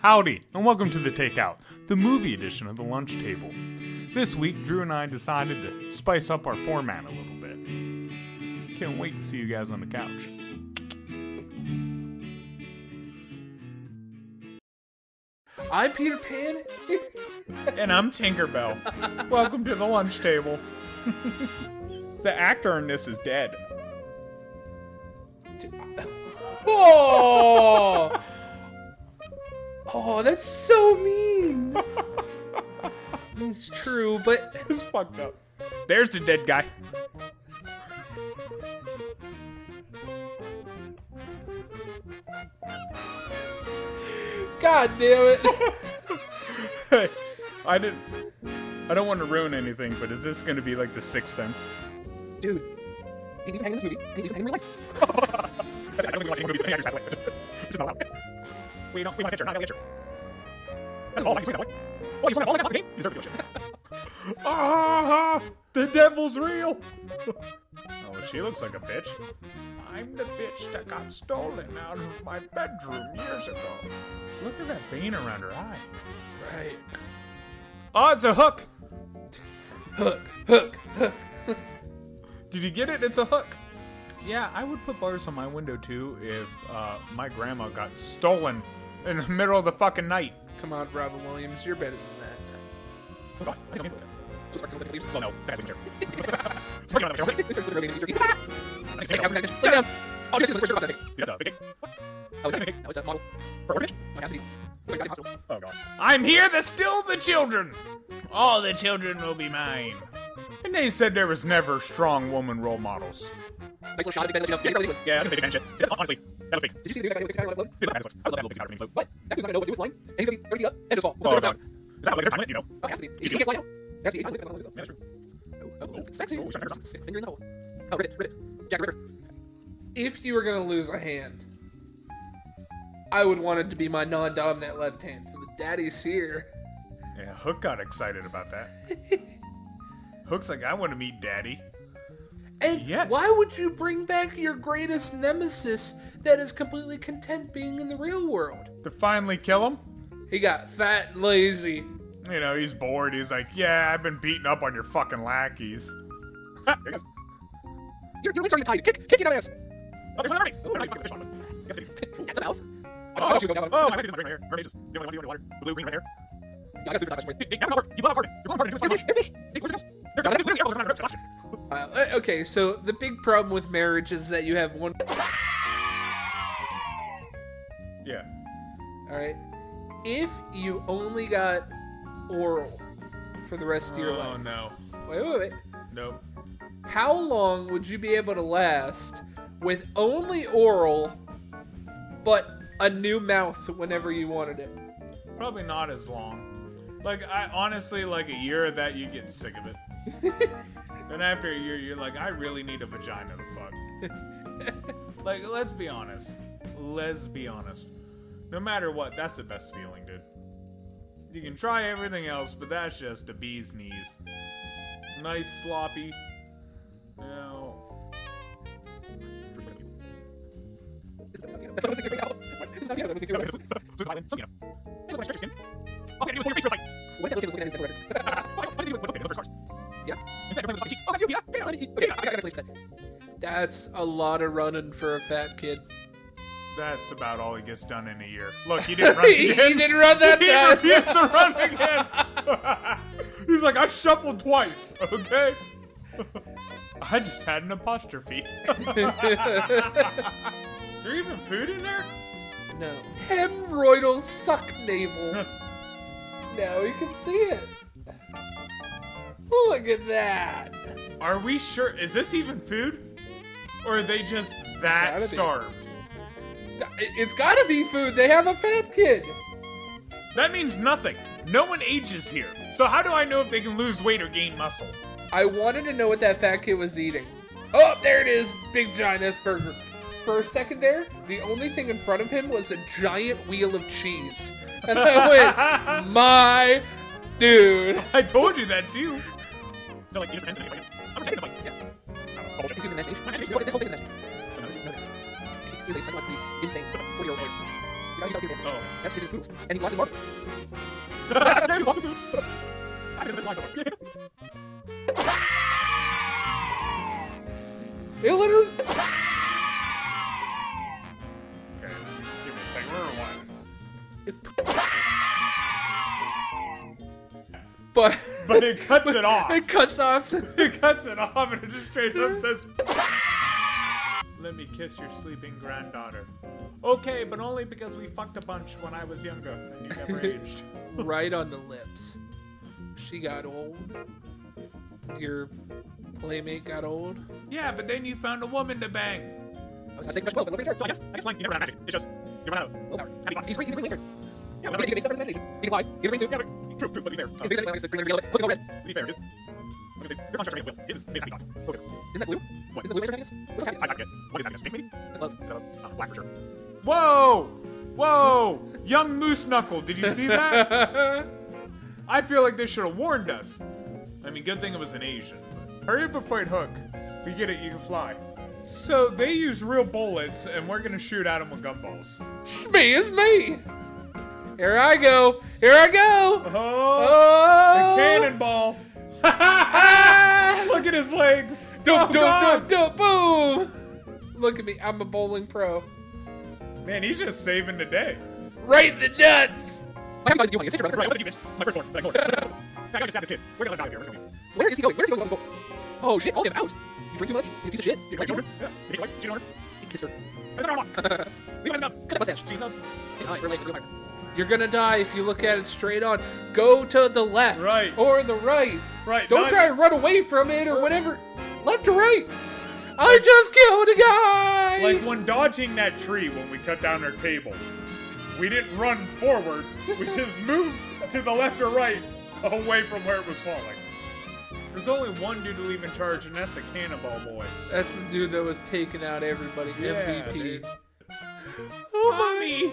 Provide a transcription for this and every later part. Howdy, and welcome to The Takeout, the movie edition of the lunch table. This week, Drew and I decided to spice up our format a little bit. Can't wait to see you guys on the couch. I'm Peter Pan. And I'm Tinkerbell. Welcome to the lunch table. the actor in this is dead. oh, oh, that's so mean. it's true, but It's fucked up. There's the dead guy. god damn it. I didn't. I don't want to ruin anything, but is this going to be like the sixth sense? Dude, he needs to hang in this movie. and He needs to hang in real life. I don't think we watch any movies with any actors pass away. It's just- it's just not allowed. We don't. We want a picture, not a picture. That's all. I can swing that way. Oh, you swung that all the way. That's the game. You deserve to feel shit. Ah, the devil's real. oh, she looks like a bitch. I'm the bitch that got stolen out of my bedroom years ago. Look at that vein around her eye. Right. Oh, it's a hook. Hook, hook, hook. Did you get it? It's a hook. Yeah, I would put bars on my window too if uh, my grandma got stolen in the middle of the fucking night. Come on, Robin Williams, you're better than that. Oh, God. I don't get it. So sorry, someone leaves. Oh, no. That's a picture. Sorry, I'm not a picture. This is a really good interview. Nice Sit to down, meet sit you. down, sit down. Oh, Jesus, let's talk about that thing. Yes, uh, big dick. Oh, is that a- oh, is that a model? For a bitch. My ass, he- it's a goddamn hospital. Oh god. I'm here to steal the children! All the children will be mine. And they said there was never strong woman role models. Nice little shot, big man, let you know. Yeah, you're really good. Yeah, I can say big man shit. Yes, honestly, that look fake. Did you see the dude that got hit with a tire on a float? Dude, look at this looks. I would love that little big float. What? That dude's not gonna know what to do with flying, and he's gonna be dirty up and just fall. Oh, That's god. what Is that like there's a time limit? You know. Oh, it has to be. If you can't fly now, it has to be. eighty-five minutes. Yeah, that's true. Oh, oh, sexy. Oh, sorry, sorry. Stick Finger in the hole. Oh, Ribbit, Ribbit, Jack Ripper. If you were gonna lose a hand, I would want it to be my non-dominant left hand. But Daddy's here. Yeah, Hook got excited about that. Hook's like, I want to meet daddy. And Yes. why would you bring back your greatest nemesis that is completely content being in the real world? To finally kill him? He got fat and lazy. You know, he's bored. He's like, yeah, I've been beating up on your fucking lackeys. Ha, there it goes. Your, your legs aren't even tied. Kick, kick it out of ass. Oh, there's my mermaids. Oh, nice fucking fish on them. Yes, these. That's a mouth. Oh, I thought she was going down. oh, I like these. Mermaid hair. Mermaids just- The only one with the underwater. The blue, green, red hair. Yeah, I got food for thought. Dick, dick, now come over. You blow out Corbin. You're going Corbin. You're doing Fish, so much. fish, fish. Dick, where's the ghost? They're gonna- they're gonna- they're gonna- they're gonna- they're Uh, gonna- eh, okay, so the big problem with marriage is that you have one. Yeah. All right, if you only got oral for the rest of your Oh, life, no. wait, wait, wait. Nope. How long would you be able to last with only oral, but a new mouth whenever you wanted it? Probably not as long. Like, I honestly, like a year of that, you get sick of it. then after a year, you're like, I really need a vagina to fuck. like, let's be honest. Let's be honest. No matter what, that's the best feeling, dude. You can try everything else, but that's just a bee's knees. Nice, sloppy. You know, That's not what I was thinking right now. That's not what I was thinking right now. Blue island. Some, you know. Hey, look, my stretchy skin. All I gotta do is hold your face real tight. What's that looking at his dental records? Why- why did you look- look at the first stars? yeah. Instead, everybody looks like cheeks. Oh, that's you, Peter. Get out. Let me- Get Okay, out. I got an explanation for that. That's a lot of running for a fat kid. that's about all he gets done in a year. Look, he didn't run again. didn't run that He refused to run again. He's like, I shuffled twice, okay? I just had an apostrophe. Is there even food in there? No. Hemorrhoidal suck navel. now we can see it. Look at that. Are we sure? Is this even food? Or are they just that Gotta be. starved? It- It's gotta be food. They have a fat kid. That means nothing. No one ages here. So how do I know if they can lose weight or gain muscle? I wanted to know what that fat kid was eating. Oh, there it is. Big giant ass burger. For a second there, the only thing in front of him was a giant wheel of cheese. And I went, my dude. I told you that's you. So, like, you just answer me, like, I'm taking the fight. Yeah. I'm bullshit. He's using imagination. This whole, this whole thing is imagination. No, no. He was a psychologically insane 40 year old man. No, he doesn't eat it. Oh. That's because he's poops. And he lost his marbles. no, you lost the food. I missed this line somewhere. It literally. Okay, give me a second. We're rewinding. It's But. But it cuts it off. It cuts off. It cuts it off and it just straight up says, Let me kiss your sleeping granddaughter. Okay, but only because we fucked a bunch when I was younger and you never aged. right on the lips. She got old. Your playmate got old. Yeah, but then you found a woman to bang. I was gonna say Dutch Bell, but look at So I guess, I guess, like, you never ran magic. It's just, you run out. of- Oh, Happy Fox. he's great. He's a great leader. Yeah, He can make stuff for his imagination. He can fly. He's a green suit. Yeah, but true, true, but to be fair. He's Um, a green suit. He's a green suit. Look, it's all red. to be fair, it is. I was gonna say, your construction made of will. His is made of happy thoughts. Okay. Isn't that blue? What? Isn't blue laser happiness? What's I happiness? got it. What is happiness? Pink, maybe? That's love. Is that a- uh, black for sure. Whoa! Whoa! Young Moose Knuckle, did you see that? I feel like they should have warned us. I mean, good thing it was an Asian. Hurry up and fight Hook. We get it, you can fly. So they use real bullets and we're gonna shoot at them with gumballs. Me is me. Here I go. Here I go. Oh! Oh. Cannonball! Ah! Look at his legs. Dum, Oh, dum, God. dum, dum, boom. Look at me. I'm a bowling pro. Man, he's just saving the day. Right in the nuts. Why haven't you guys doing it? It's interesting, Right, right? what's the you, bitch? My first one. Like, more. I gotta stab this kid. We're gonna let him die if you're ever Where is he going? Where is he going? with this bowl? Oh shit! Call him out. You drink too much. You piece of shit. You like Like, you you hate your wife, cheating on her. kiss her. That's not wrong. Cut Leave my mouth. that mustache. She's nuts. Hey, all right, we're late, we're late. You're gonna die if you look at it straight on. Go to the left, Right. or the right. Right, Don't not- try to run away from it or whatever. Left or right. I just killed a guy. Like when dodging that tree when we cut down our table, we didn't run forward. We just moved to the left or right away from where it was falling. There's only one dude to leave in charge, and that's the Cannonball Boy. That's the dude that was taking out everybody. MVP. dude. Oh my.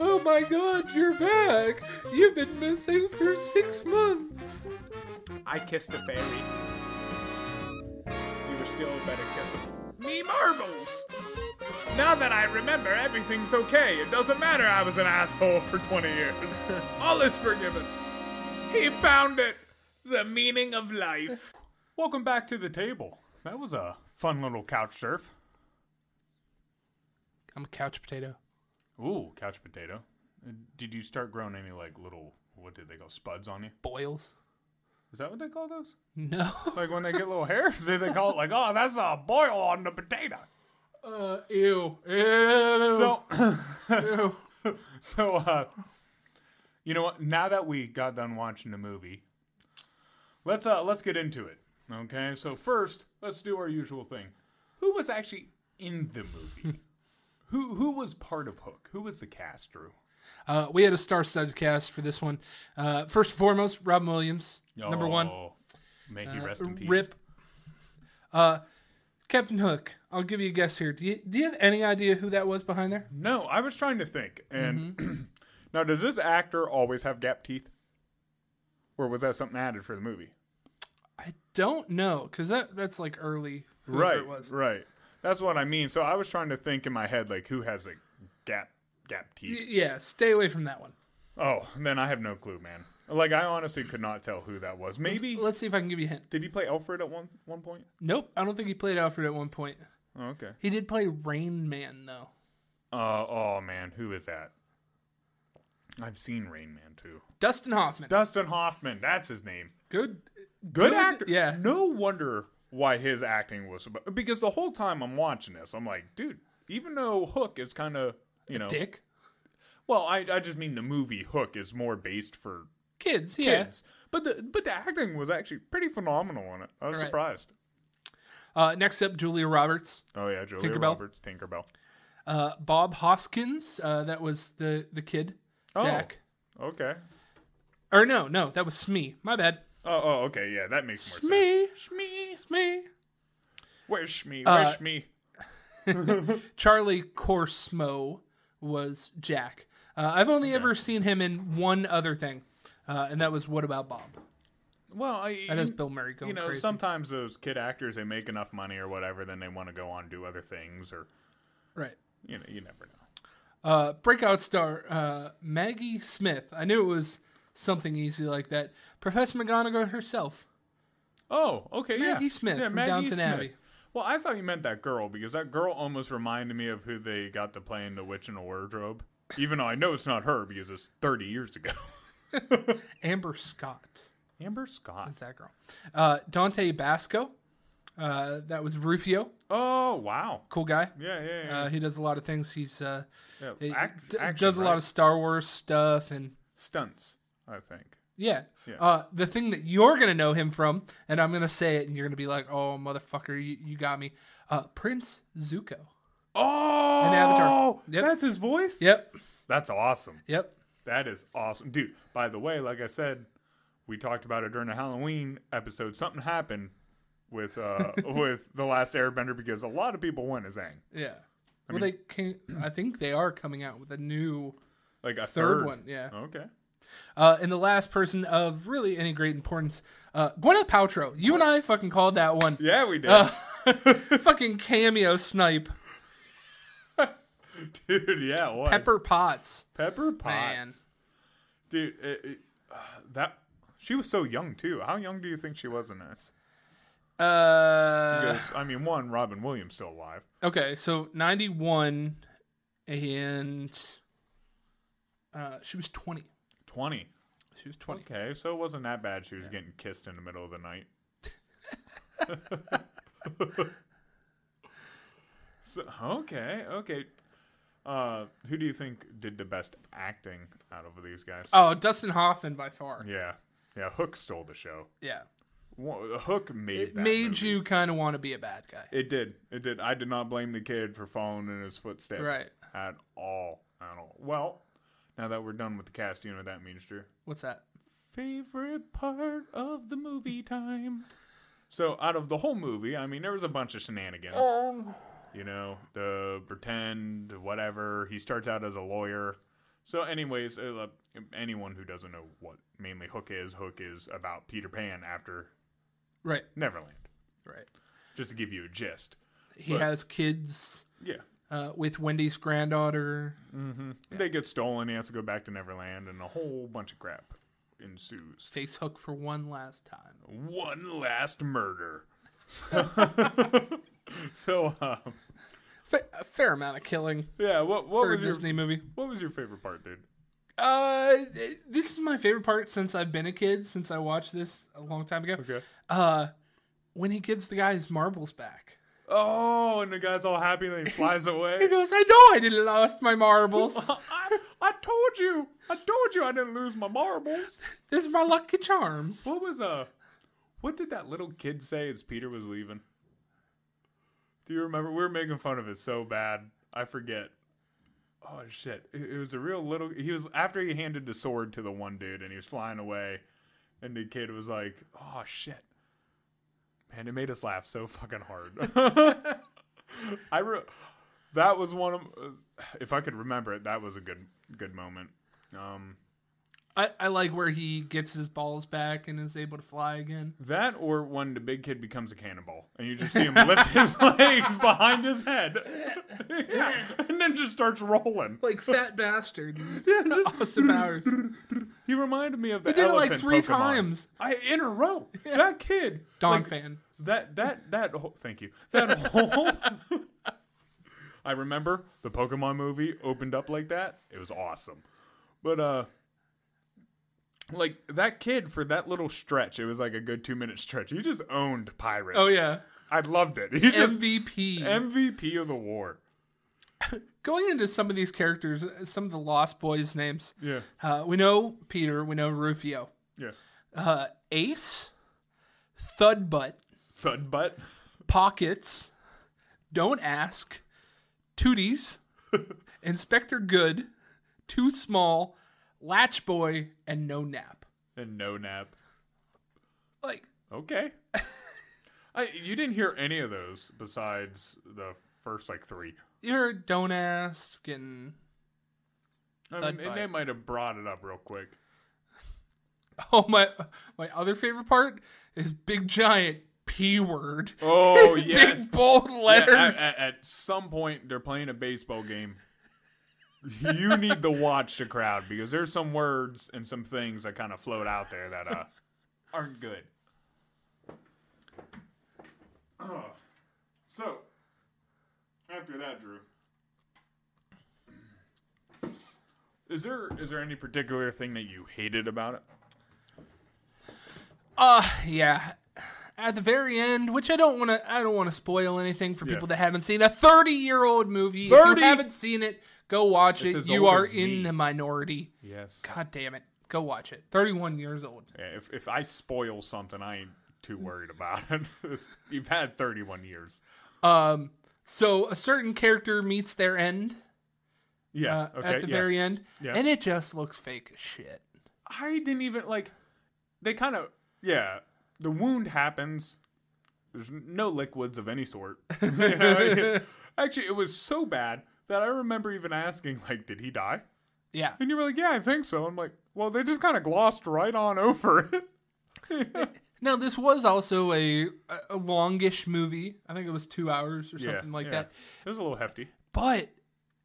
Oh my God! You're back. You've been missing for six months. I kissed a fairy. You were still a better kisser. Me marbles! Now that I remember, everything's okay. It doesn't matter I was an asshole for 20 years. All is forgiven. He found it! The meaning of life. Welcome back to the table. That was a fun little couch surf. I'm a couch potato. Ooh, couch potato. Uh, Did you start growing any, like, little, what did they call, spuds on you? Boils. Is that what they call those? No. Like when they get little hairs, they they call it like, oh, that's a boil on the potato. Uh, ew. Ew. So, ew. so uh, you know what? Now that we got done watching the movie, let's uh let's get into it. Okay, so first let's do our usual thing. Who was actually in the movie? who who was part of Hook? Who was the cast? Drew. Uh, we had a star-studded cast for this one. Uh, first and foremost, Robin Williams, number one. Uh, Oh, May he rest in peace. Rip. Uh, Captain Hook. I'll give you a guess here. Do you do you have any idea who that was behind there? No, I was trying to think. And Mm-hmm. now, does this actor always have gap teeth, or was that something added for the movie? I don't know because that that's like early. whoever right It was. right that's what i mean so i was trying to think in my head like who has a gap gap Y- teeth yeah. Stay away from that one. oh then i have no clue man like i honestly could not tell who that was maybe Let's see if I can give you a hint. did he play alfred at one one point Nope. I don't think he played Alfred at one point. oh, okay He did play Rain Man though. uh, oh man who is that i've seen rain man too Dustin Hoffman. dustin hoffman that's his name Good. good Good, actor yeah. no wonder why his acting was about, because the whole time i'm watching this i'm like dude even though hook is kind of you know Dick. well I, I just mean the movie hook is more based for Kids. Yeah. kids. But the but the acting was actually pretty phenomenal on it. I was Right. surprised. Uh, next up, Julia Roberts. Oh yeah, Julia Tinkerbell? Roberts, Tinkerbell. Uh, Bob Hoskins, uh, that was the the kid, Oh. Jack. Okay. Or no, no, that was Smee. My bad. Oh, oh okay, yeah, that makes more sense. Smee, Smee, Smee. Wish me, Uh, wish me. Charlie Corsmo was Jack. Uh, I've only ever seen him in one other thing, uh, and that was What About Bob? Well, I That is Bill Murray going you know, crazy. sometimes those kid actors they make enough money or whatever, then they want to go on and do other things or right. you know, you never know. Uh, breakout star uh, Maggie Smith. I knew it was something easy like that. Professor McGonagall herself. Oh, okay, yeah. Maggie Smith yeah, from Maggie Downton Smith. Abbey. Well, I thought you meant that girl because that girl almost reminded me of who they got to play in The Witch in a Wardrobe. Even though I know it's not her because it's 30 years ago. Amber Scott. Amber Scott. It's that girl. Uh, Dante Basco. Uh, that was Rufio. Oh, wow. Cool guy. Yeah, yeah, yeah. Uh, he does a lot of things. He's uh, yeah. he Act- d- action, does a lot right? of Star Wars stuff and stunts, I think. yeah. Yeah. Uh, the thing that you're gonna know him from, and I'm gonna say it, and you're gonna be like, "Oh, motherfucker, you, you got me." Uh, Prince Zuko. Oh, Avatar. Yep. that's his voice? Yep. That's awesome. Yep. That is awesome. Dude, by the way, like I said, we talked about it during the Halloween episode. Something happened with uh with The Last Airbender because a lot of people went as Aang. Yeah. well, they can I think they are coming out with a new Like a third, one. Yeah. Okay. Uh, and the last person of really any great importance, uh, Gwyneth Paltrow. You and I fucking called that one. Yeah, we did. Uh, fucking cameo snipe. Dude, yeah, it was. Pepper Potts. Pepper Potts. Man. Dude, it, it, uh, that she was so young too. How young do you think she was in this? Uh, Because I mean, one, Robin Williams still alive. okay, so 91 and uh, she was 20. 20. She was 20. Okay, so it wasn't that bad. She was getting kissed in the middle of the night. so, okay, okay. Uh, who do you think did the best acting out of these guys? Oh, Dustin Hoffman by far. yeah, yeah. Hook stole the show. Yeah. Wha- Hook made It that made movie. you kind of want to be a bad guy. It did. It did. I did not blame the kid for following in his footsteps Right. at all. At all. Well, now that we're done with the cast, you know what that means, Drew. What's that? Favorite part of the movie time. So, out of the whole movie, I mean, there was a bunch of shenanigans. You know, the pretend, whatever. He starts out as a lawyer. So, anyways, uh, anyone who doesn't know what mainly Hook is, Hook is about Peter Pan after Right, Neverland. right. Just to give you a gist. He But- has kids Yeah. uh, with Wendy's granddaughter. They get stolen. He has to go back to Neverland, and a whole bunch of crap ensues. Face Hook for one last time. Oh. One last murder. so, um, Fa- a fair amount of killing yeah. What what for a was your Disney movie. what was your favorite part, dude? Uh, th- this is my favorite part since I've been a kid. Since I watched this a long time ago. Okay. Uh, when he gives the guy his marbles back, Oh, and the guy's all happy, and then he flies he away. goes, "I know I didn't lost my marbles. I, I told you, I told you, I didn't lose my marbles. this is my lucky charms." What was uh, what did that little kid say as Peter was leaving? Do you remember? We were making fun of it so bad. I forget. Oh shit! It, it was a real little. He was after he handed the sword to the one dude, and he was flying away, and the kid was like, "Oh shit." Man, it made us laugh so fucking hard. I re- that was one of if I could remember it, that was a good good moment. Um I, I like where he gets his balls back and is able to fly again. That or when the big kid becomes a cannonball and you just see him lift his legs behind his head Yeah, and then just starts rolling. Like fat bastard, Yeah, just- Austin Powers. he reminded me of the He did it like elephant three Pokemon. times. I in a row. That kid, Don like, fan. That that that. Whole, thank you. That whole. I remember the Pokemon movie opened up like that. It was awesome, but uh, like that kid for that little stretch, it was like a good two minute stretch. He just owned pirates. Oh yeah, I loved it. He just MVP. MVP of the war. Going into some of these characters, uh, some of the Lost Boys names. Yeah, Uh, we know Peter. We know Rufio. yeah. uh, Ace, Thudbutt, Thud butt. Pockets, Don't Ask, Tooties, Inspector Good, Too Small, Latch Boy, and No Nap. and no nap. Like, Okay. I you didn't hear any of those besides the first like three. you heard Don't Ask, and I Thud mean, Butt. they might have brought it up real quick. oh, my, my other favorite part is Big Giant P word. Oh yes. Big bold Yeah, letters. at, at- at some point, they're playing a baseball game, you need to watch the crowd because there's some words and some things that kind of float out there that uh, aren't good. Ugh. so, after that, Drew, is there is there any particular thing that you hated about it? Uh yeah. At the very end, which I don't want to, I don't want to spoil anything for Yeah. people that haven't seen a 30 year old movie. If 30? you haven't seen it, go watch It's it. as You old are as in me. the minority. Yes. God damn it, go watch it. 31 years old. If if I spoil something, I ain't too worried about it. It's- You've had 31 years. Um, so a certain character meets their end Yeah. uh, okay. at the yeah. very end, Yeah. and it just looks fake as shit. I didn't even like. They kind of yeah. The wound happens. There's no liquids of any sort. You know? Actually, it was so bad that I remember even asking like, "Did he die?" Yeah, And you were like, "Yeah, I think so." I'm like, "Well, they just kind of glossed right on over it." Now this was also a a longish movie. I think it was two hours or Yeah, something like yeah. that. It was a little hefty. But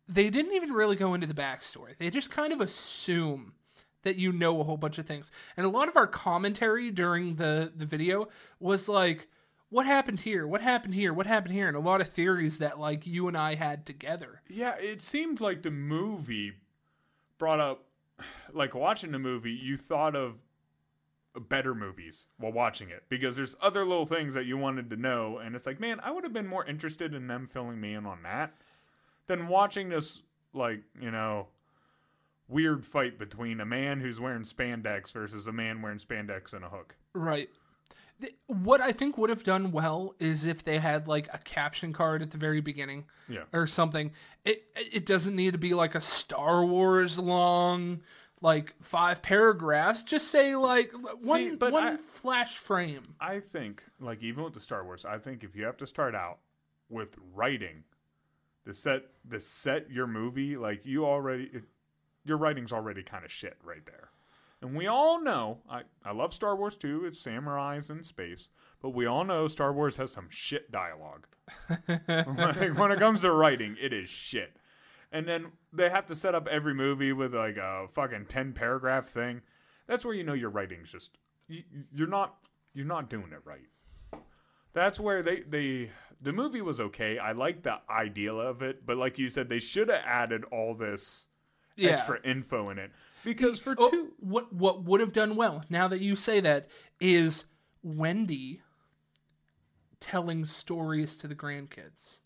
they didn't even really go into the backstory. They just kind of assume that you know a whole bunch of things. And a lot of our commentary during the the video was like, "What happened here? What happened here? What happened here?" And a lot of theories that like you and I had together. Yeah, it seemed like the movie brought up, like watching the movie, you thought of better movies while watching it because there's other little things that you wanted to know, and it's like, man, I would have been more interested in them filling me in on that than watching this, like, you know, weird fight between a man who's wearing spandex versus a man wearing spandex and a hook. Right. Th- What I think would have done well is if they had like a caption card at the very beginning, Yeah. or something. It it doesn't need to be like a Star Wars long, like five paragraphs. Just say like one See, but one I- flash frame. I think, like even with the Star Wars, I think if you have to start out with writing, the set the set your movie, like you already it, your writing's already kind of shit right there. And we all know, I, I love Star Wars too. It's samurais in space, but we all know Star Wars has some shit dialogue. like when it comes to writing, it is shit. And then they have to set up every movie with like a fucking ten paragraph thing. That's where you know your writing's just you, you're not you're not doing it right. That's where they they the movie was okay. I like the idea of it, but like you said, they should have added all this Yeah. extra info in it because for Oh, two, what what would have done well now that you say that is Wendy telling stories to the grandkids.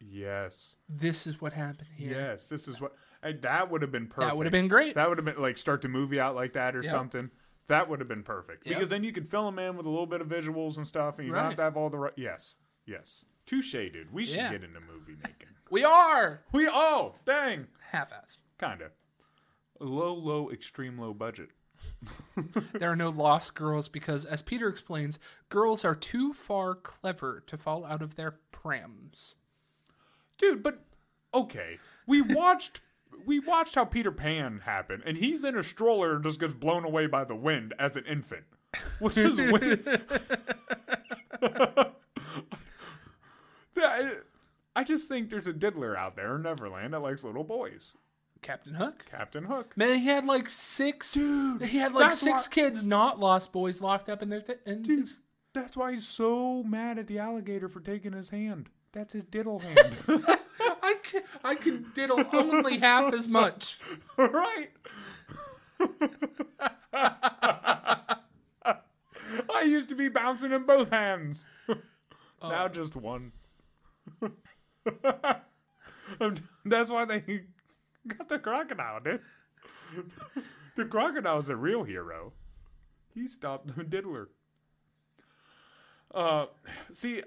yes, This is what happened here. yes, this is what and that would have been perfect. That would have been great. That would have been like start the movie out like that or something. That would have been perfect Yeah. because then you could fill them in with a little bit of visuals and stuff, and you don't Right. have to have all the right. Yes, yes, touche, dude. We should Yeah. get into movie making. we are we oh dang. half-assed. Kind of. Low, low, extreme low budget. There are no lost girls because, as Peter explains, girls are too far clever to fall out of their prams. Dude, but okay. We watched we watched how Peter Pan happened, and he's in a stroller and just gets blown away by the wind as an infant. Which is weird. I, I just think there's a diddler out there in Neverland that likes little boys. Captain Hook. Captain Hook. Man, he had like six. he had like that's six why- kids, not lost boys, locked up in their. Th- in Dude, his- that's why he's so mad at the alligator for taking his hand. That's his diddle hand. I can, I can diddle only half as much. right? I used to be bouncing in both hands. now just one. I'm- That's why they got the crocodile, dude. the crocodile's a real hero. He stopped the diddler. Uh, see,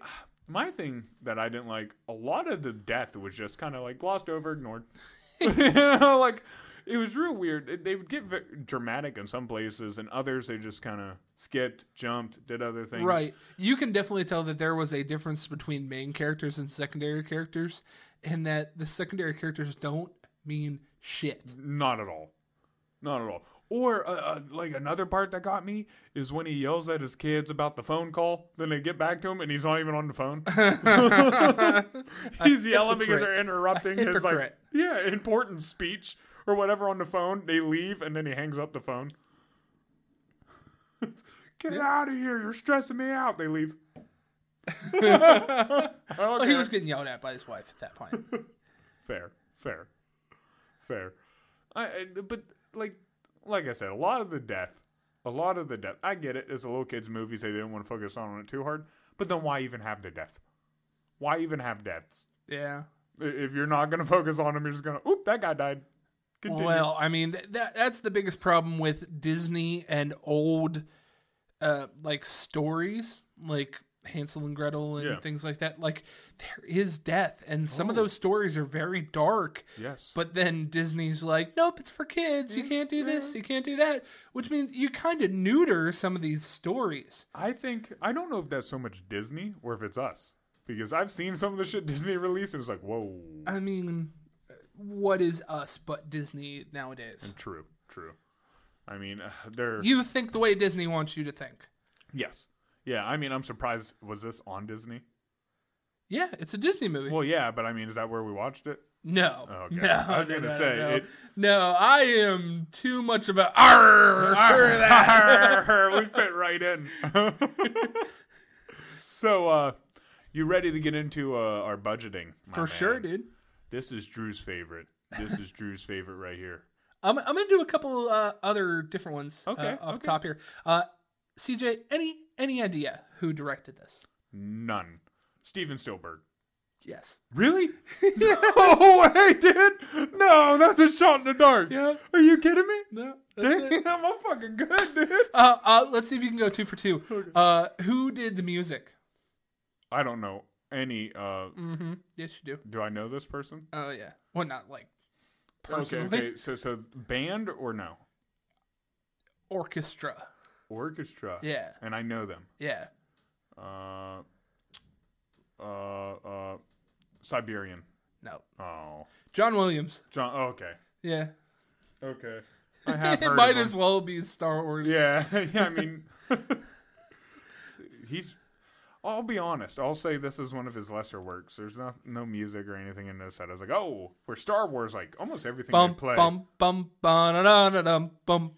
my thing that I didn't like, a lot of the death was just kind of like glossed over, ignored. you know, like it was real weird. They- They would get ve- dramatic in some places, and others they just kind of skipped, jumped, did other things. Right. You can definitely tell that there was a difference between main characters and secondary characters, and that the secondary characters don't mean shit. Not at all. Not at all. Or uh, uh, like another part that got me is when he yells at his kids about the phone call. Then they get back to him and he's not even on the phone. he's yelling because they're interrupting A his like hypocrite. yeah important speech or whatever on the phone. They leave and then he hangs up the phone. get out of here! You're stressing me out. They leave. I don't Well, Oh, he care. was getting yelled at by his wife at that point. fair, fair, fair. I, I but like like I said, a lot of the death, a lot of the death. I get it. It's a little kids' movie, so they didn't want to focus on it too hard. But then why even have the death? Why even have deaths yeah. I- if you're not going to focus on them? You're just going to oop that guy died. Continue. Well, I mean th- that that's the biggest problem with Disney and old uh like stories like Hansel and Gretel and Yeah. Oh. things like that. Like there is death and some of those stories are very dark. yes, But then Disney's like, "Nope, it's for kids. You can't do this. You can't do that." Which means you kind of neuter some of these stories. I think I don't know if that's so much Disney or if it's us because I've seen some of the shit Disney released and it's like whoa. I mean, what is us but Disney nowadays? True, true. I mean, uh, they're You think the way Disney wants you to think. yes, yeah. I mean, I'm surprised. Was this on Disney? Yeah, it's a Disney movie. Well, yeah, but I mean, is that where we watched it? No. Okay. No. I was no, gonna no, say, no. it- No, I am too much of a arr. arr that. we fit right in. so, uh, you ready to get into uh, our budgeting? my For man? sure, dude. This is Drew's favorite. This is Drew's favorite right here. I'm, I'm gonna do a couple uh, other different ones. uh, Okay, off okay. top here. Uh, CJ, any any idea who directed this? None. Steven Spielberg. Yes. Really? No way, dude. No, that's a shot in the dark. Yeah. Are you kidding me? No. that's it. Damn, I'm fucking good, dude. Uh, uh, let's see if you can go two for two. Uh, who did the music? I don't know any. Uh, Mm-hmm. Yes, you do. do I know this person? Oh yeah. Well, not like personally. Okay, okay. So, so band or no? Orchestra. Orchestra. Yeah. And I know them. Yeah. Uh, uh, uh, Siberian. No. Oh, John Williams. John. oh, okay. Yeah. Okay. I have it heard might of him. as well be Star Wars. Yeah. yeah. I mean, he's. I'll be honest. I'll say this is one of his lesser works. There's not no music or anything in this that I was like, oh, where Star Wars like almost everything Bum they play. bum bum ba-da-da-da-dum, bum.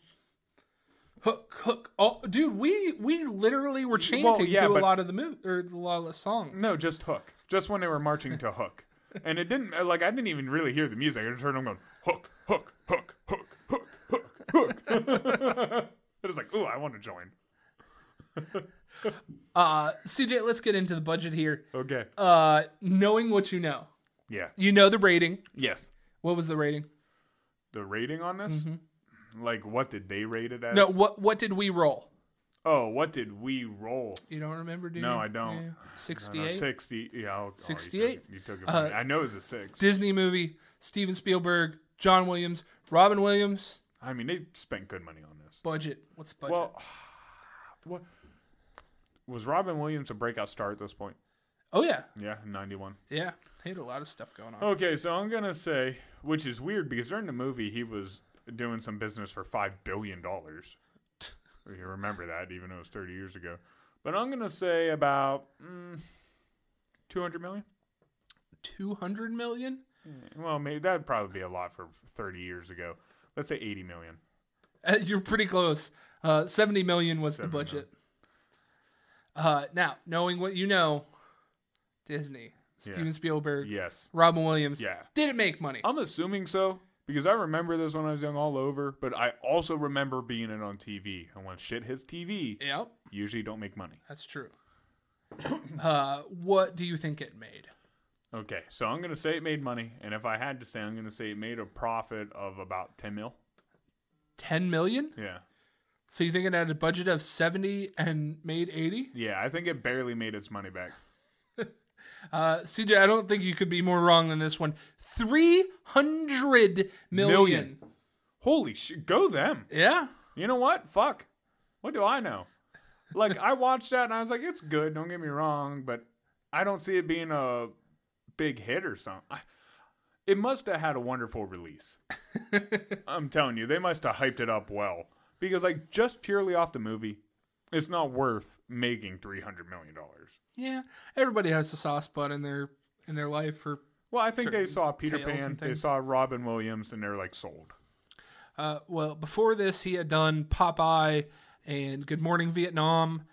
Hook hook. Oh, dude, we we literally were chanting yeah, to a but- lot of the mo- or a lot of the songs. No, just Hook. Just when they were marching to Hook, and it didn't like I didn't even really hear the music. I just heard them going Hook, Hook, Hook, Hook, Hook, Hook, Hook. it was like, ooh, I want to join. Uh, CJ, let's get into the budget here. Okay. Uh, knowing what you know, yeah. you know the rating. Yes. What was the rating? The rating on this, like, what did they rate it as? Mm-hmm. No, what what did we roll? Oh, what did we roll? You don't remember, do you? No, I don't. I don't I don't know, Sixty-eight. Uh, Sixty. Yeah. I'll, Oh, 68? you took it. You took it from me. I know it's a six. Disney movie. Steven Spielberg, John Williams, Robin Williams. I mean, they spent good money on this. Budget. What's budget? Well, what was Robin Williams a breakout star at this point? oh yeah, Yeah, ninety-one. yeah. He had a lot of stuff going on. Okay, so I'm gonna say, which is weird because during the movie he was doing some business for five billion dollars. you remember that, even though it was 30 years ago. But I'm gonna say about mm, 200 million. Two hundred million. Well, maybe that'd probably be a lot for 30 years ago. Let's say 80 million. Uh, You're pretty close. Uh, 70 million was the 70 budget. Uh, now, knowing what you know, Disney, Steven Spielberg, Yes. Robin Williams, Yeah. did it make money? I'm assuming so because I remember this when I was young all over, but I also remember being it on TV. And when shit hits TV, yep, usually don't make money. that's true. uh, what do you think it made? Okay, so I'm gonna say it made money, and if I had to say, I'm gonna say it made a profit of about ten mil. 10 million? Yeah, So you think it had a budget of 70 and made 80? yeah, I think it barely made its money back. Uh, CJ, I don't think you could be more wrong than this one. 300 million. Million. Holy shit, go them! Yeah. You know what? Fuck. What do I know? Like I watched that and I was like, it's good. Don't get me wrong, but I don't see it being a big hit or something. I, it must have had a wonderful release I'm telling you, they must have hyped it up well because like just purely off the movie, it's not worth making three hundred million dollars. Yeah, everybody has a soft spot in their in their life for. Well, I think they Certain saw Peter tales Pan, and they things. saw Robin Williams, and they're like sold. Uh, well, before this, he had done Popeye and Good Morning Vietnam,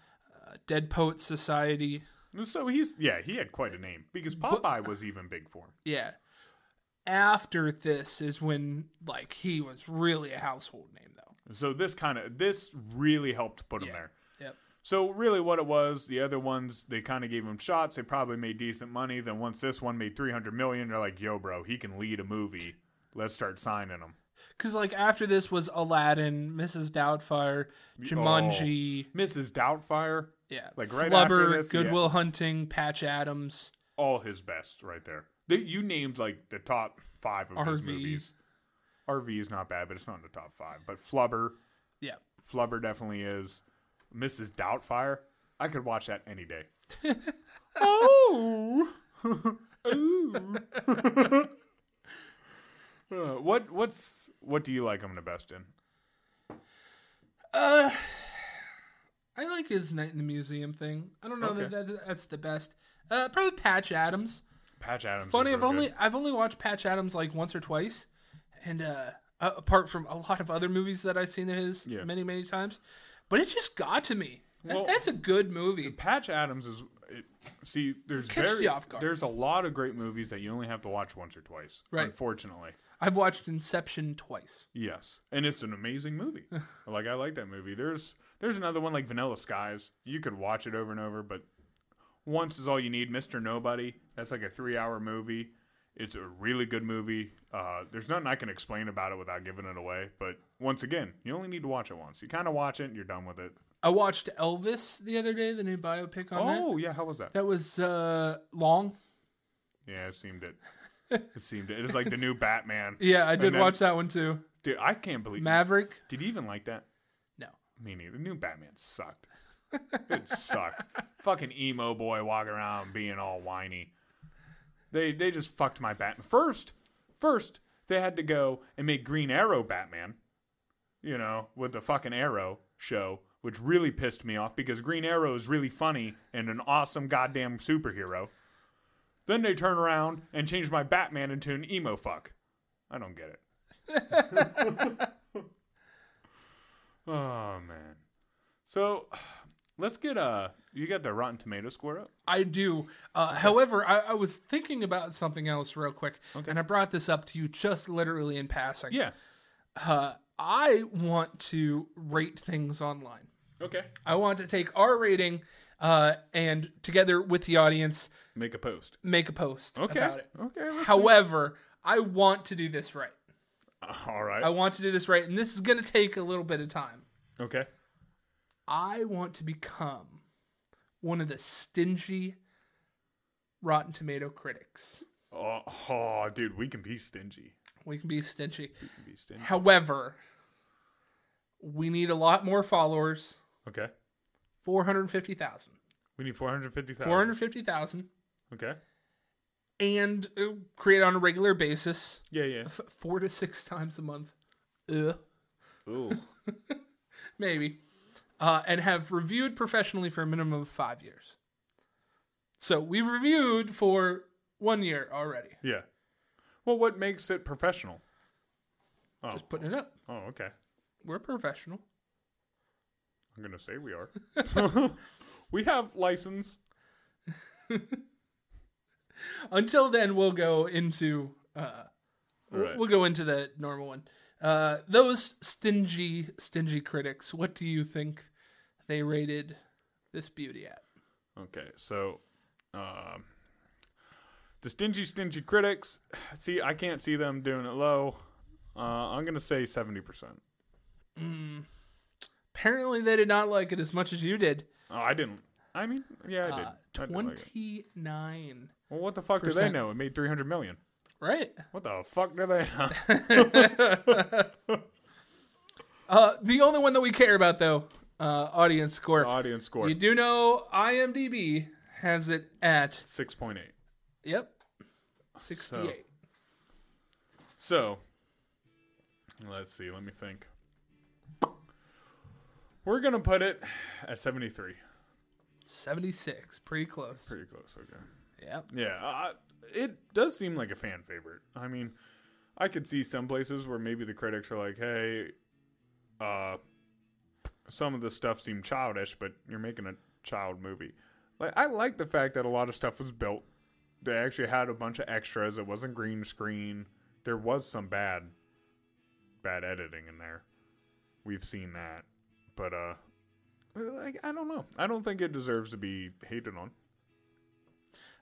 uh, Dead Poets Society. So he's yeah, he had quite a name because Popeye was even big for him. Yeah. After this is when like he was really a household name though. So this kind of this really helped put him Yeah. there. Yep. So really, what it was, the other ones they kind of gave him shots. They probably made decent money. Then once this one made three hundred million, they're like, "Yo, bro, he can lead a movie. Let's start signing him." Cuz like after this was Aladdin, Mrs. Doubtfire, Jumanji, Mrs. Doubtfire, yeah. Like, right Flubber, after this, Good yeah. Will Hunting, Patch Adams. all his best right there. The, you named like the top five of his RV. movies. RV is not bad, but it's not in the top five. But Flubber, Yeah. Flubber definitely is. Mrs. Doubtfire, I could watch that any day. oh, ooh. Uh, what what's what do you like him the best in? Uh I like his Night in the Museum thing. I don't know Okay. that, that that's the best. Uh probably Patch Adams. Patch Adams. is Funny, I've real only good. I've only watched Patch Adams like once or twice, and uh, a- apart from a lot of other movies that I've seen of his Yeah. many many times, but it just got to me. That- Well- that's a good movie. Patch Adams is. It, see, there's Catch very you off guard. there's a lot of great movies that you only have to watch once or twice. Right. Unfortunately. I've watched Inception twice. Yes, and it's an amazing movie. like I like that movie. There's there's another one like Vanilla Skies. You could watch it over and over, but once is all you need. Mister Nobody. That's like a three hour movie. It's a really good movie. Uh, there's nothing I can explain about it without giving it away. But once again, you only need to watch it once. You kind of watch it, and you're done with it. I watched Elvis the other day, the new biopic on that. Oh yeah, how was that? That was uh, long. Yeah, it seemed it. It seemed it. It was like the new Batman. Yeah, I did then- watch that one too. Dude, I can't believe. Maverick. Did you even like that? No. Me neither. New Batman sucked. it sucked. Fucking emo boy walking around being all whiny. They they just fucked my Batman. First, first they had to go and make Green Arrow Batman. You know, with the fucking Arrow show, which really pissed me off because Green Arrow is really funny and an awesome goddamn superhero. Then they turn around and change my Batman into an emo fuck. I don't get it. Oh man. So let's get uh you got the Rotten Tomato score up? I do. Uh, however, I, I was thinking about something else real quick, and I brought this up to you just literally in passing. Yeah. Uh, I want to rate things online. Okay. I want to take our rating uh, and together with the audience Make a post. make a post Okay. about it. Okay. let's However, I want to do this right. see. All right. I want to do this right, and this is going to take a little bit of time. okay. I want to become one of the stingy Rotten Tomato critics. Oh, oh, dude, we can be stingy. We can be stingy. We can be stingy. However, we need a lot more followers. Okay. 450,000. We need 450,000. 450,000 Okay. and uh, create on a regular basis. Yeah, yeah. f- four to six times a month, Ugh. Ooh. maybe, uh, and have reviewed professionally for a minimum of five years. So we reviewed for one year already. yeah. Well, what makes it professional? Oh. Just putting it up. Oh, okay. We're professional. I'm going to say we are. we have license. Until then, we'll go into uh, w- Right. we'll go into the normal one. Uh, those stingy, stingy critics. What do you think they rated this beauty at? Okay, so um, the stingy, stingy critics. See, I can't see them doing it low. Uh, I'm gonna say seventy percent. Apparently, they did not like it as much as you did. Oh, I didn't. I mean, yeah, I did. I Uh, did like it. Twenty nine. well, what the fuck do they percent. know? It made three hundred million. Right. What the fuck do they know? Uh, the only one that we care about, though, uh, audience score. Audience score You do know IMDb has it at six point eight. yep, sixty eight. So Let's see. Let me think. We're gonna put it at seventy-three. 76, pretty close. Pretty close. Okay. Yep. Yeah, I, it does seem like a fan favorite. I mean, I could see some places where maybe the critics are like, "Hey, uh, some of the stuff seemed childish, but you're making a child movie." Like, I like the fact that a lot of stuff was built. They actually had a bunch of extras. It wasn't green screen. There was some bad, bad editing in there. We've seen that, but uh, like I don't know. I don't think it deserves to be hated on.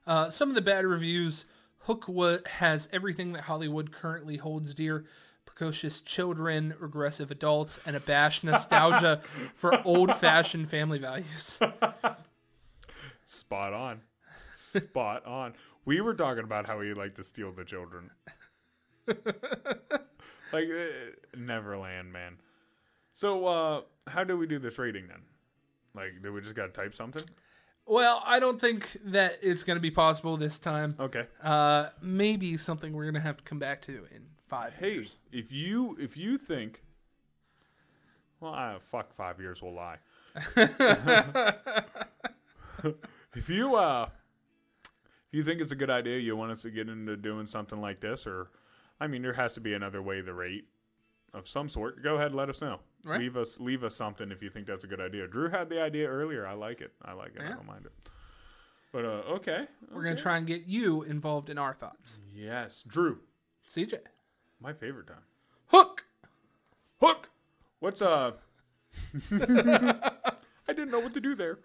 Uh, some of the bad reviews Hook wa- has everything that Hollywood currently holds dear precocious children, regressive adults, and a bash nostalgia for old fashioned family values. Spot on. Spot on. We were talking about how he liked to steal the children. like eh, Neverland, man. So uh how do we do this rating then? Like do we just gotta type something? Well, I don't think that it's going to be possible this time. Okay. Uh, maybe something we're going to have to come back to in five Hey, years. if you if you think Well I, fuck five years will lie. if you uh if you think it's a good idea you want us to get into doing something like this or i mean there has to be another way to rate of some sort go ahead and let us know Right. leave us leave us something if you think that's a good idea drew had the idea earlier i like it i like it i Yeah. don't mind it but uh okay We're going to try and get you involved in our thoughts. yes drew CJ. my favorite time Hook! hook what's uh i didn't know what to do there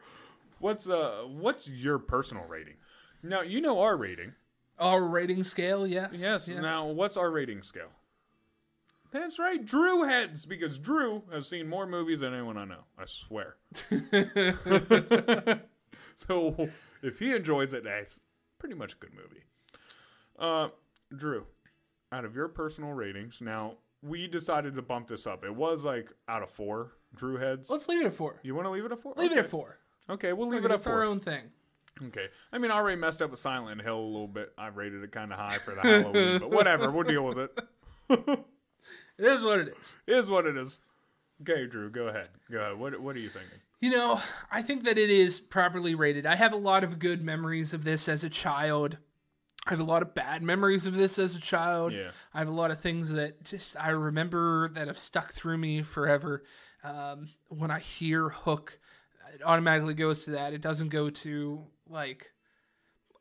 what's uh what's your personal rating now you know our rating Our rating scale, yes. Yes. Now, what's our rating scale? That's right, Drew heads, because Drew has seen more movies than anyone I know. I swear. so, if he enjoys it, that's pretty much a good movie. Uh, Drew, out of your personal ratings, now we decided to bump this up. It was like out of four Drew heads. Let's leave it at four. you want to leave it at four? Leave it Okay. at four. Okay, we'll leave it at It's our four. own thing. Okay. I mean, I already messed up with Silent Hill a little bit. I rated it kind of high for the Halloween, but whatever. We'll deal with it. It is what it is. It Is what it is. Okay, Drew, go ahead. Go ahead. What What are you thinking? You know, I think that it is properly rated. I have a lot of good memories of this as a child. I have a lot of bad memories of this as a child. Yeah. I have a lot of things that just I remember that have stuck through me forever. Um, when I hear Hook, it automatically goes to that. It doesn't go to like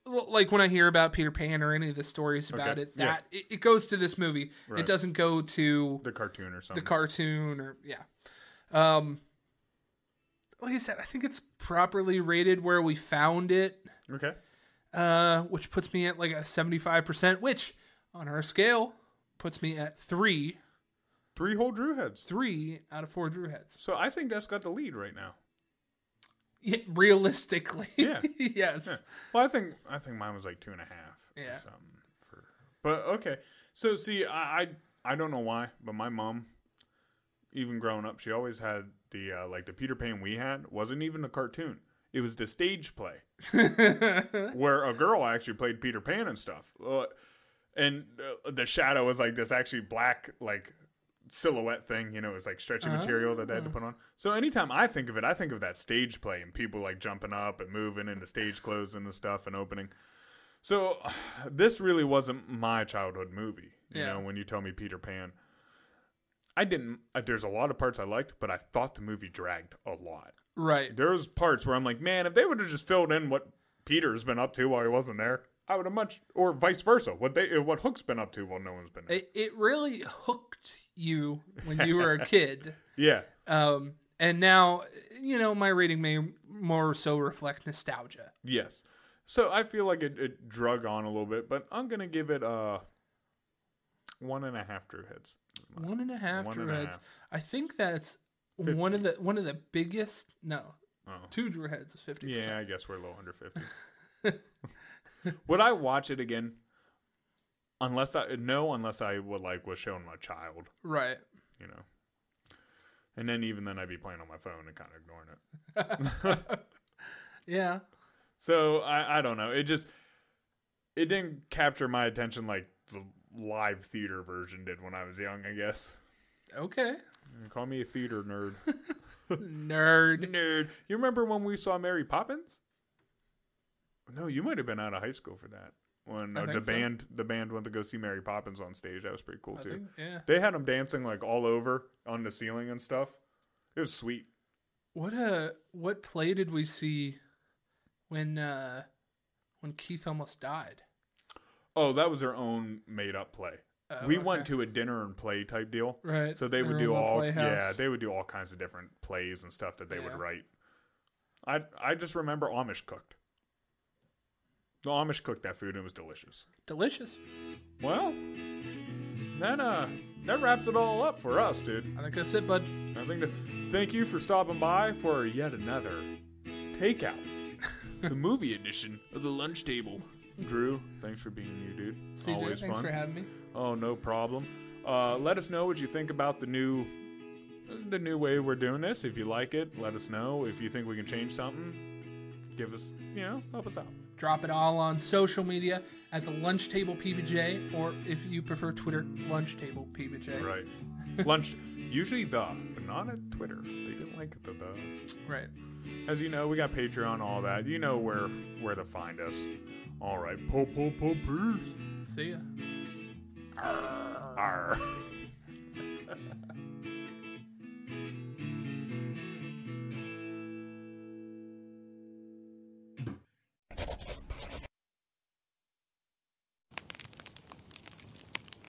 l- like when I hear about Peter Pan or any of the stories about Okay, it. yeah. That it, it goes to this movie. Right. It doesn't go to The cartoon or something? the cartoon or yeah. Um like I said, I think it's properly rated where we found it, okay. uh, which puts me at like a seventy five percent, which on our scale puts me at three Three whole Drew heads. three out of four Drew heads. So I think that's got the lead right now. Yeah, realistically. Yeah. yes. Well, I think I think mine was like two and a half. Yeah. Or something for, but okay. So see, I, I I don't know why, but my mom, even growing up, she always had the uh, like the Peter Pan we had wasn't even a cartoon. It was the stage play where a girl actually played Peter Pan and stuff. Uh, and uh, the shadow was like this actually black like silhouette thing, you know, it was like stretchy material that they had to put on. So anytime I think of it, I think of that stage play and people like jumping up and moving and the stage clothes and the stuff and opening. So this really wasn't my childhood movie. You Yeah. know, when you tell me Peter Pan, I didn't. Uh, there's a lot of parts I liked, but I thought the movie dragged a lot. Right. There's parts where I'm like, man, if they would have just filled in what Peter's been up to while he wasn't there, I would have much, or vice versa, what they, what Hook's been up to while no one's been there. It it really hooked you when you were a kid. yeah, Um and now, you know, my rating may more so reflect nostalgia. yes. So I feel like it, it drug on a little bit, but I'm gonna give it uh one and a half Drew heads. One and a half One Drew and a heads. half. I think that's one of the one of the biggest. No, Oh. two Drew heads is fifty. Yeah, I guess we're a little under fifty. would I watch it again? Unless I no, unless I would like was shown my child, right. you know. And then even then, I'd be playing on my phone and kind of ignoring it. Yeah, So I, I don't know. It just it didn't capture my attention like the live theater version did when I was young. I guess Okay. Call me a theater nerd. Nerd. nerd. You remember when we saw Mary Poppins? No, you might have been out of high school for that. When I uh, the think so. band the band went to go see Mary Poppins on stage, that was pretty cool I too. think, yeah. They had them dancing like all over on the ceiling and stuff. It was sweet. What uh what play did we see when uh when Keith almost died? Oh, that was their own made up play. Oh, we okay. went to a dinner and play type deal. Right. So they would were do in the all yeah, playhouse. they would do all kinds of different plays and stuff that they would Yeah. write. I I just remember Amish cooked. The Amish cooked that food and it was delicious. Delicious. Well, that uh that wraps it all up for us, dude. I think that's it, bud. I think that, thank you for stopping by for yet another takeout. the movie edition of the lunch table. Drew, thanks for being you, dude. CJ, Always thanks fun. for having me. Oh, no problem. Uh, let us know what you think about the new the new way we're doing this. If you like it, let us know. If you think we can change something, give us you know help us out. Drop it all on social media at the lunch table PBJ, or if you prefer Twitter, lunch table PBJ. Right. Lunch usually the, but not at Twitter. They didn't like the the. Right. As you know, we got Patreon, all that. You know where where to find us. All right. Po po po peace. See ya. Arr.